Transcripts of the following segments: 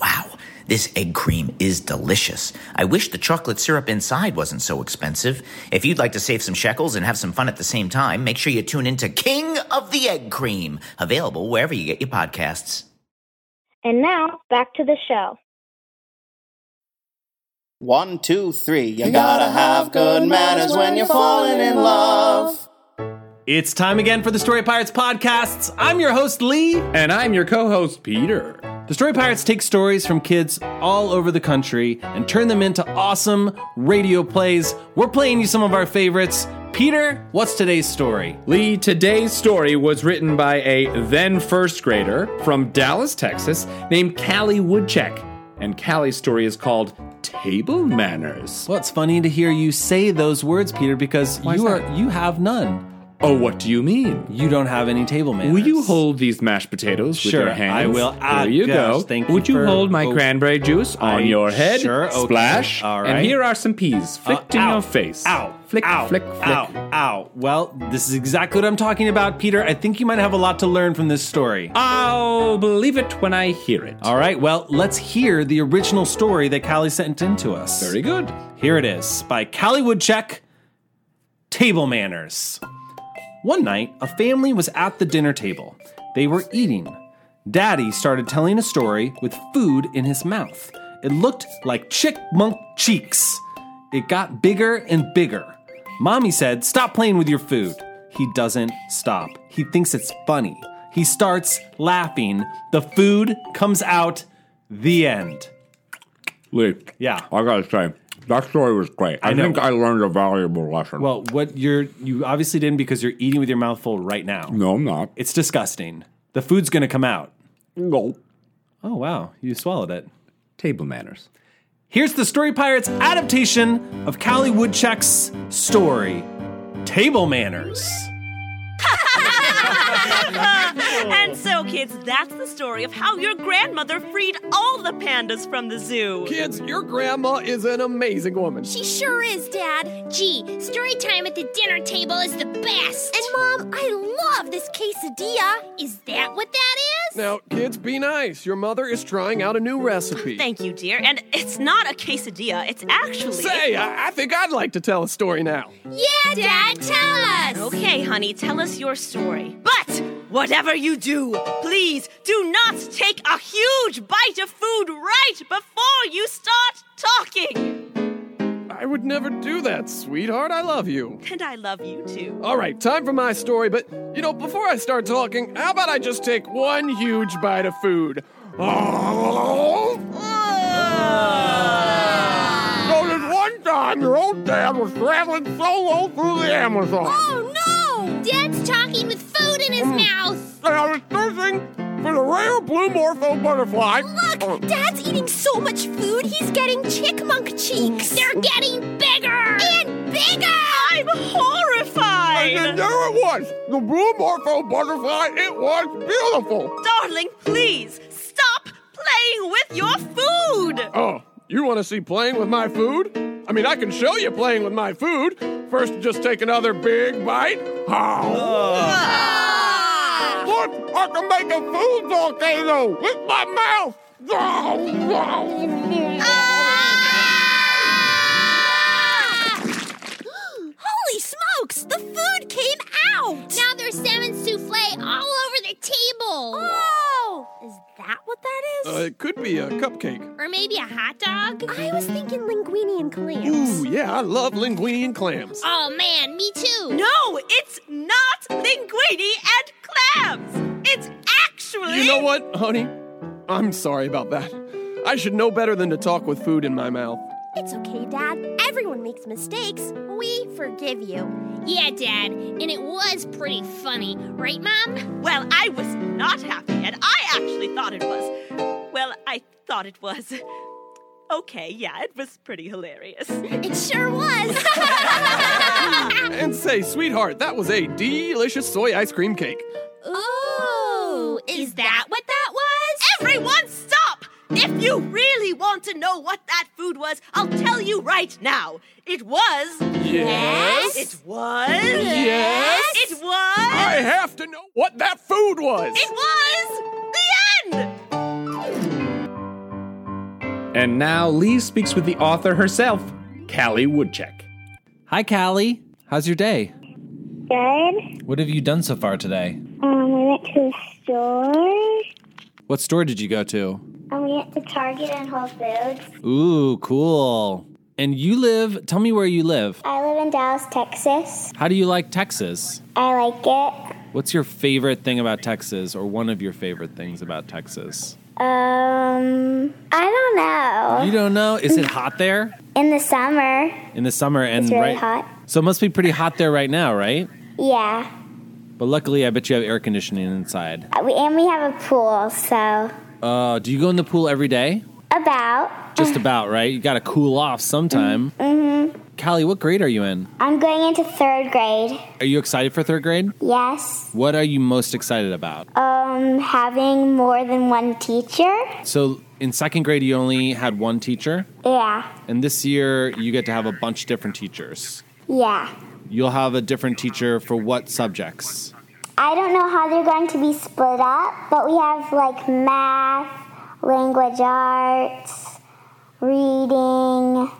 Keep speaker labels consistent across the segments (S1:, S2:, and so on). S1: Wow, this egg cream is delicious. I wish the chocolate syrup inside wasn't so expensive. If you'd like to save some shekels and have some fun at the same time, make sure you tune in to King of the Egg Cream, available wherever you get your podcasts.
S2: And now back to the show.
S3: One, two, three. You gotta have good manners when you're falling in love.
S4: It's time again for the Story Pirates podcasts. I'm your host, Lee.
S5: And I'm your co host, Peter.
S4: The Story Pirates take stories from kids all over the country and turn them into awesome radio plays. We're playing you some of our favorites. Peter, what's today's story?
S5: Lee, today's story was written by a then first grader from Dallas, Texas, named Callie Woodcheck. And Callie's story is called Table Manners.
S4: Well, it's funny to hear you say those words, Peter, because
S5: is
S4: you are
S5: that?
S4: you have none.
S5: Oh, what do you mean?
S4: You don't have any table manners.
S5: Will you hold these mashed potatoes
S4: Sure,
S5: with your hands?
S4: I will. Ah,
S5: there you
S4: gosh,
S5: go.
S4: thank you
S5: Would you
S4: for-
S5: hold my
S4: oh,
S5: cranberry juice on
S4: I-
S5: your head?
S4: sure, okay,
S5: Splash.
S4: all right.
S5: And here are some peas.
S4: Uh,
S5: Flicked in
S4: ow,
S5: your face.
S4: Ow.
S5: Flick,
S4: ow,
S5: flick, flick.
S4: Ow. Ow. Well, this is exactly what I'm talking about, Peter. I think you might have a lot to learn from this story.
S5: Uh. I'll believe it when I hear it.
S4: All right, well, let's hear the original story that Callie sent in to us.
S5: Very good.
S4: Here it is by Callie Woodcheck Table Manners. One night, a family was at the dinner table. They were eating. Daddy started telling a story with food in his mouth. It looked like chickmunk cheeks. It got bigger and bigger. Mommy said, Stop playing with your food. He doesn't stop. He thinks it's funny. He starts laughing. The food comes out. The end.
S6: Lee.
S4: Yeah.
S6: I gotta say, that story was great. I,
S4: know.
S6: think I learned a valuable lesson.
S4: Well, what you're you obviously didn't because you're eating with your mouth full right now.
S6: no, I'm not.
S4: It's disgusting. The food's gonna come out.
S6: No.
S4: Oh wow, you swallowed it.
S5: Table manners.
S4: Here's the Story Pirates adaptation of Callie Woodchuck's story, Table Manners.
S7: And so, kids, that's the story of how your grandmother freed all the pandas from the zoo.
S8: Kids, your grandma is an amazing woman.
S9: She sure is, Dad.
S2: Gee, story time at the dinner table is the best.
S9: And Mom, I love this quesadilla.
S2: is that what that is?
S8: Now, kids, be nice. Your mother is trying out a new recipe.
S7: Thank you, dear. And it's not a quesadilla, it's actually.
S8: Say, I, I think I'd like to tell a story now.
S2: Yeah, Dad, Uh, tell us.
S7: Okay, honey, tell us your story. But whatever you do, please do not take a huge bite of food right before you start talking.
S8: I would never do that, sweetheart. I love you.
S7: And I love you too.
S8: All right, time for my story, but you know, before I start talking, how about I just take one huge bite of food? Oh,
S6: No, there's one time time your old dad was traveling solo through the Amazon.
S9: Oh no!
S2: Dad's talking with food in his mouth.
S6: And I was searching for the rare blue morpho butterfly.
S9: Look, Dad's eating so much food, he's getting chickmunk cheeks.
S2: They're getting bigger.
S9: And bigger!
S7: I'm
S6: And
S7: horrified!
S6: there it was, the blue morpho butterfly. It was beautiful.
S7: Darling, please stop playing with your food!
S8: Oh, you want to see playing with my food? I mean, I can show you playing with my food. First, just take another big bite. Oh.
S9: Ah!
S6: Look, I can make a food volcano with my mouth.
S9: Holy smokes! The food came out!
S2: Now there's salmon souffle all over the table.
S9: oh! Is that what that is?
S8: Uh, it could be a cupcake.
S2: Or maybe a hot dog. Hmm.
S9: I was thinking linguine and clams.
S8: Ooh, yeah, I love linguine and clams.
S2: Oh man, me too.
S7: No, it's not linguine and clams! It's actually.
S8: You know what, honey? I'm sorry about that. I should know better than to talk with food in my mouth.
S9: It's okay, Dad. Everyone makes mistakes. We forgive you.
S2: Yeah, Dad. And it was pretty funny, right, Mom?
S7: Well, I was not happy, and I actually thought it was. Well, I thought it was. Okay, yeah, it was pretty hilarious.
S9: It sure was.
S8: And say, sweetheart, that was a delicious soy ice cream cake.
S9: Ooh, is that what that was?
S7: Everyone, stop! If you really want to know what that food was, I'll tell you right now. It was.
S8: Yes?
S7: It was. Yes. It was.
S8: I have to know what that food was.
S7: It was the end!
S5: And now Lee speaks with the author herself, Callie Woodcheck.
S4: Hi, Callie. How's your day?
S10: Good.
S4: What have you done so far today?
S10: Um, we went to the store.
S4: What store did you go to?
S10: And we went to Target and Whole Foods.
S4: Ooh, cool. And you live, tell me where you live.
S10: I live in Dallas, Texas.
S4: How do you like Texas?
S10: I like it.
S4: What's your favorite thing about Texas, or one of your favorite things about Texas?
S10: Um, I don't know.
S4: You don't know? Is it hot there
S10: In the summer,
S4: in the summer? And
S10: it's really
S4: right,
S10: hot.
S4: so it must be pretty hot there right now, right?
S10: Yeah.
S4: But luckily, I bet you have air conditioning inside.
S10: Uh, We, and we have a pool, so
S4: Uh, do you go in the pool every day?
S10: about.
S4: Just about, right? You got to cool off sometime. Mm-hmm. Callie, what grade are you in?
S10: I'm going into third grade.
S4: Are you excited for third grade?
S10: Yes.
S4: What are you most excited about?
S10: Um, having more than one teacher.
S4: So, in second grade, you only had one teacher,
S10: Yeah.
S4: and this year you get to have a bunch of different teachers.
S10: Yeah.
S4: You'll have a different teacher for what subjects?
S10: I don't know how they're going to be split up, but we have like math, language arts, reading.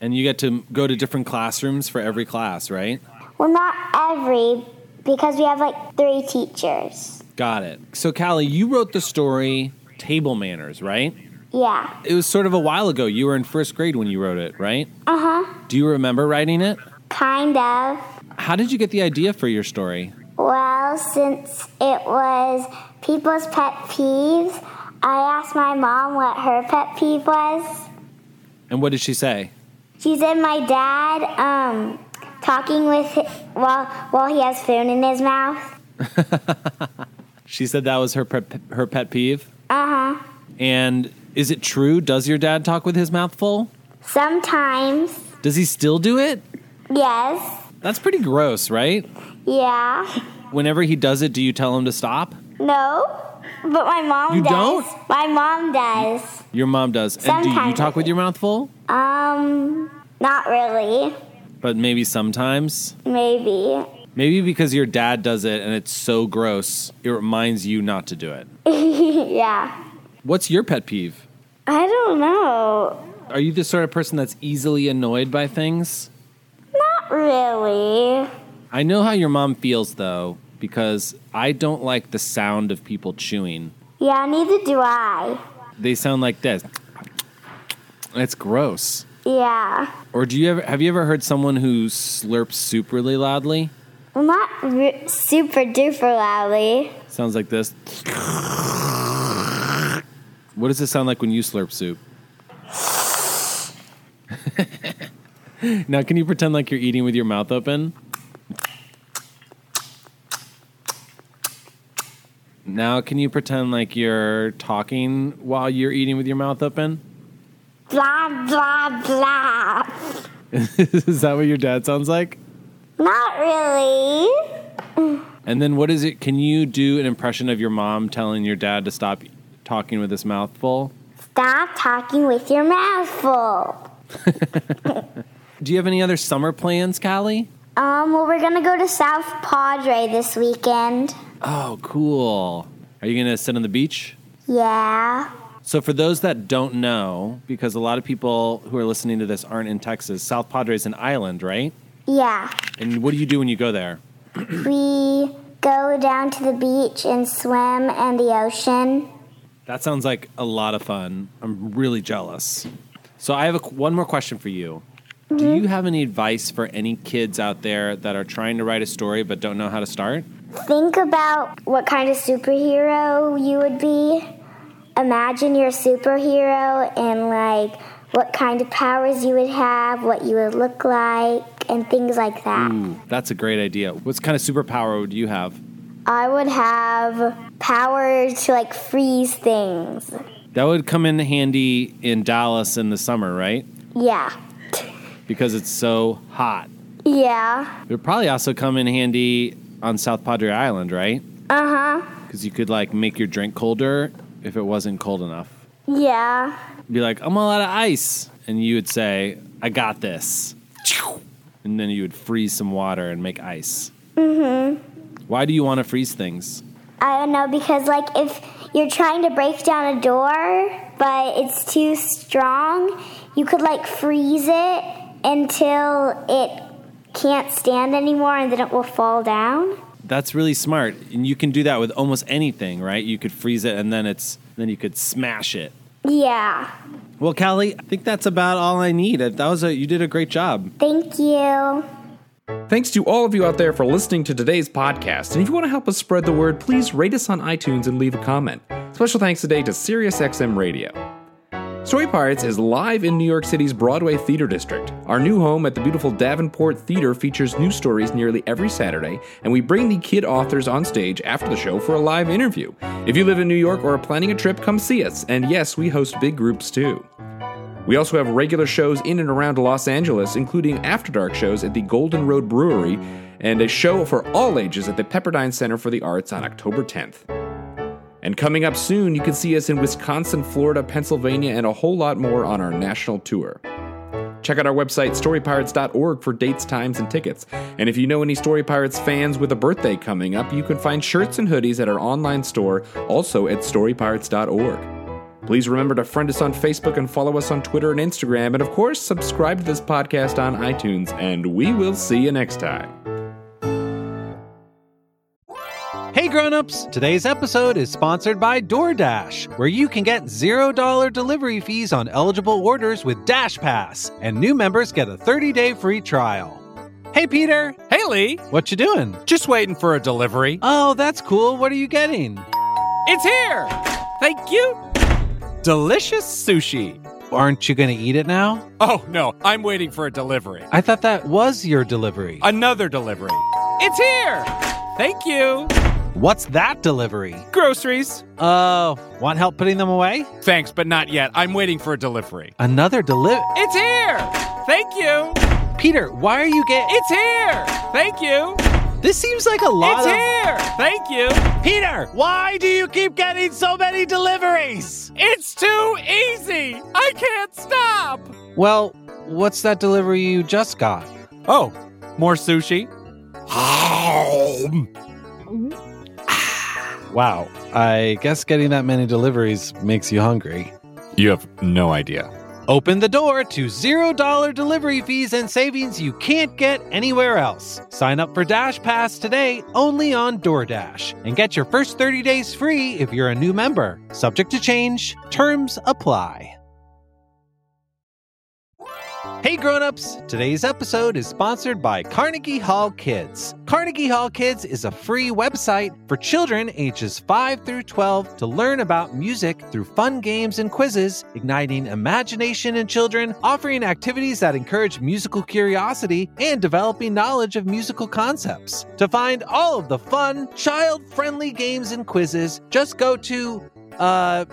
S4: And you get to go to different classrooms for every class, right?
S10: Well, not every, because we have like three teachers.
S4: Got it. So, Callie, you wrote the story Table Manners, right?
S10: Yeah.
S4: It was sort of a while ago. You were in first grade when you wrote it, right?
S10: Uh huh.
S4: Do you remember writing it?
S10: Kind of.
S4: How did you get the idea for your story?
S10: Well, since it was people's pet peeves, I asked my mom what her pet peeve was.
S4: And what did she say?
S10: She said my dad um, talking with hi- while while he has food in his mouth.
S4: She said that was her pet, her pet peeve.
S10: Uh huh.
S4: And is it true? Does your dad talk with his mouth full?
S10: Sometimes.
S4: Does he still do it?
S10: Yes.
S4: That's pretty gross, right?
S10: Yeah.
S4: Whenever he does it, do you tell him to stop?
S10: No. But my mom
S4: You
S10: does.
S4: don't?
S10: My mom does.
S4: Your mom does. And do you
S10: Sometimes.
S4: talk with your mouth full?
S10: Um, not really.
S4: But maybe sometimes.
S10: Maybe.
S4: Maybe because your dad does it and it's so gross, it reminds you not to do it.
S10: yeah.
S4: What's your pet peeve?
S10: I don't know.
S4: Are you the sort of person that's easily annoyed by things?
S10: Not really.
S4: I know how your mom feels though, because I don't like the sound of people chewing.
S10: Yeah, neither do I.
S4: They sound like this. It's gross.
S10: Yeah.
S4: Or do you ever have you ever heard someone who slurps soup really loudly?
S10: Well, not r- super duper loudly.
S4: Sounds like this. What does it sound like when you slurp soup?
S11: Now, can you pretend like you're eating with your mouth open? Now, can you pretend like you're talking while you're eating with your mouth open?
S10: Blah, blah, blah.
S11: is that what your dad sounds like?
S10: Not really.
S11: And then what is it? Can you do an impression of your mom telling your dad to stop talking with his mouth full?
S10: Stop talking with your mouth full.
S11: Do you have any other summer plans, Callie?
S10: Um, well, we're gonna go to South Padre this weekend.
S11: Oh, cool. Are you going to sit on the beach?
S10: Yeah.
S11: So, for those that don't know, because a lot of people who are listening to this aren't in Texas, South Padre is an island, right?
S10: Yeah.
S11: And what do you do when you go there?
S10: we go down to the beach and swim and the ocean.
S11: That sounds like a lot of fun. I'm really jealous. So I have a, one more question for you. Do you have any advice for any kids out there that are trying to write a story but don't know how to start?
S10: Think about what kind of superhero you would be. Imagine you're a superhero and like what kind of powers you would have, what you would look like, and things like that.
S4: Hmm.
S11: Ooh, that's a great idea. What kind of superpower would you have?
S10: I would have power to like freeze things.
S11: That would come in handy in Dallas in the summer, right?
S10: Yeah.
S11: Because it's so hot.
S10: Yeah.
S11: It would probably also come in handy on South Padre Island, right?
S10: Uh huh.
S11: Because you could like make your drink colder if it wasn't cold enough.
S10: Yeah.
S11: be like, I'm all out of ice. And you would say, I got this. And then you would freeze some water and make ice.
S10: Mhm.
S11: Why do you want to freeze things?
S10: I don't know because like if you're trying to break down a door but it's too strong, you could like freeze it until it can't stand anymore and then it will fall down.
S11: That's really smart. And you can do that with almost anything, right? You could freeze it and then it's then you could smash it.
S10: Yeah.
S11: Well, Callie, I think that's about all I need. That was a you did a great job.
S10: Thank you.
S5: Thanks to all of you out there for listening to today's podcast. And if you want to help us spread the word, please rate us on iTunes and leave a comment. Special thanks today to SiriusXM Radio. Story Pirates is live in New York City's Broadway Theater District. Our new home at the beautiful Davenport Theater features new stories nearly every Saturday, and we bring the kid authors on stage after the show for a live interview. If you live in New York or are planning a trip, come see us. And yes, we host big groups too. We also have regular shows in and around Los Angeles, including after dark shows at the Golden Road Brewery and a show for all ages at the Pepperdine Center for the Arts on October 10th. And coming up soon, you can see us in Wisconsin, Florida, Pennsylvania, and a whole lot more on our national tour. Check out our website, storypirates.org, for dates, times, and tickets. And if you know any Story Pirates fans with a birthday coming up, you can find shirts and hoodies at our online store, also at storypirates.org. Please remember to friend us on Facebook and follow us on Twitter and Instagram, and of course, subscribe to this podcast on iTunes, and we will see you next time.
S4: Hey grown-ups, today's episode is sponsored by DoorDash, where you can get $0 delivery fees on eligible orders with Dash Pass, and new members get a 30-day free trial. Hey Peter,
S12: Hey Lee,
S4: what you doing?
S12: Just waiting for a delivery.
S4: Oh, that's cool. What are you getting?
S12: It's here! Thank you! Delicious sushi.
S4: Aren't you going to eat it now?
S12: Oh no, I'm waiting for a delivery.
S4: I thought that was your delivery.
S12: Another delivery. It's here! Thank you!
S4: What's that delivery?
S12: Groceries.
S4: Oh, want help putting them away?
S12: Thanks, but not yet. I'm waiting for a delivery.
S4: Another deliver.
S12: It's here! Thank you!
S4: Peter, why are you getting?
S12: It's here! Thank you!
S4: This seems like a lot
S12: It's
S4: of.
S12: here! Thank you!
S4: Peter, why do you keep getting so many deliveries?
S12: It's too easy! I can't stop!
S4: Well, what's that delivery you just got?
S12: Oh, more sushi? Mm-hmm.
S4: Wow, I guess getting that many deliveries makes you hungry.
S12: You have no idea.
S4: Open the door to $0 delivery fees and savings you can't get anywhere else. Sign up for Dash Pass today only on DoorDash and get your first 30 days free if you're a new member. Subject to change, terms apply. Hey grown-ups, today's episode is sponsored by Carnegie Hall Kids. Carnegie Hall Kids is a free website for children ages 5 through 12 to learn about music through fun games and quizzes, igniting imagination in children, offering activities that encourage musical curiosity, and developing knowledge of musical concepts. To find all of the fun, child-friendly games and quizzes, just go to uh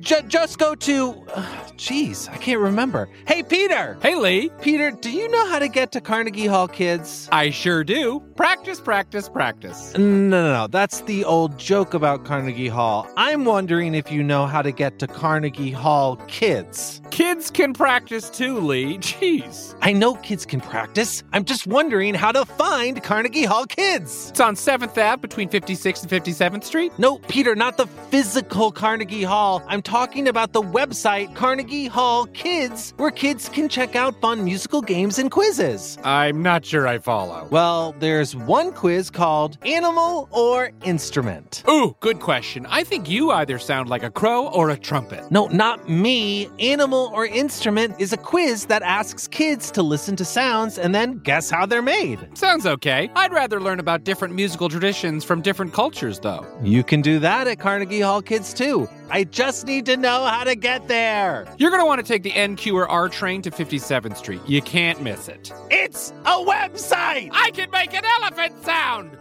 S4: ju- just go to uh, Jeez, I can't remember. Hey, Peter!
S12: Hey, Lee!
S4: Peter, do you know how to get to Carnegie Hall Kids?
S12: I sure do. Practice, practice, practice.
S4: No, no, no. That's the old joke about Carnegie Hall. I'm wondering if you know how to get to Carnegie Hall Kids.
S12: Kids can practice too, Lee. Jeez.
S4: I know kids can practice. I'm just wondering how to find Carnegie Hall Kids.
S12: It's on 7th Ave between 56th and 57th Street.
S4: No, Peter, not the physical Carnegie Hall. I'm talking about the website Carnegie Hall Kids, where kids can check out fun musical games and quizzes.
S12: I'm not sure I follow.
S4: Well, there's one quiz called Animal or Instrument.
S12: Ooh, good question. I think you either sound like a crow or a trumpet.
S4: No, not me. Animal or Instrument is a quiz that asks kids to listen to sounds and then guess how they're made.
S12: Sounds okay. I'd rather learn about different musical traditions from different cultures, though.
S4: You can do that at Carnegie Hall Kids, too. I just need to know how to get there.
S12: You're going to want to take the NQ or R train to 57th Street. You can't miss it.
S4: It's a website!
S12: I can make an elephant
S4: sound!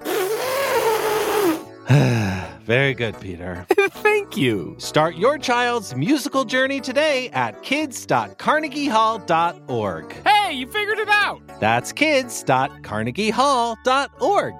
S4: Very good, Peter.
S12: Thank you.
S4: Start your child's musical journey today at kids.carnegiehall.org.
S12: Hey, you figured it out.
S4: That's kids.carnegiehall.org.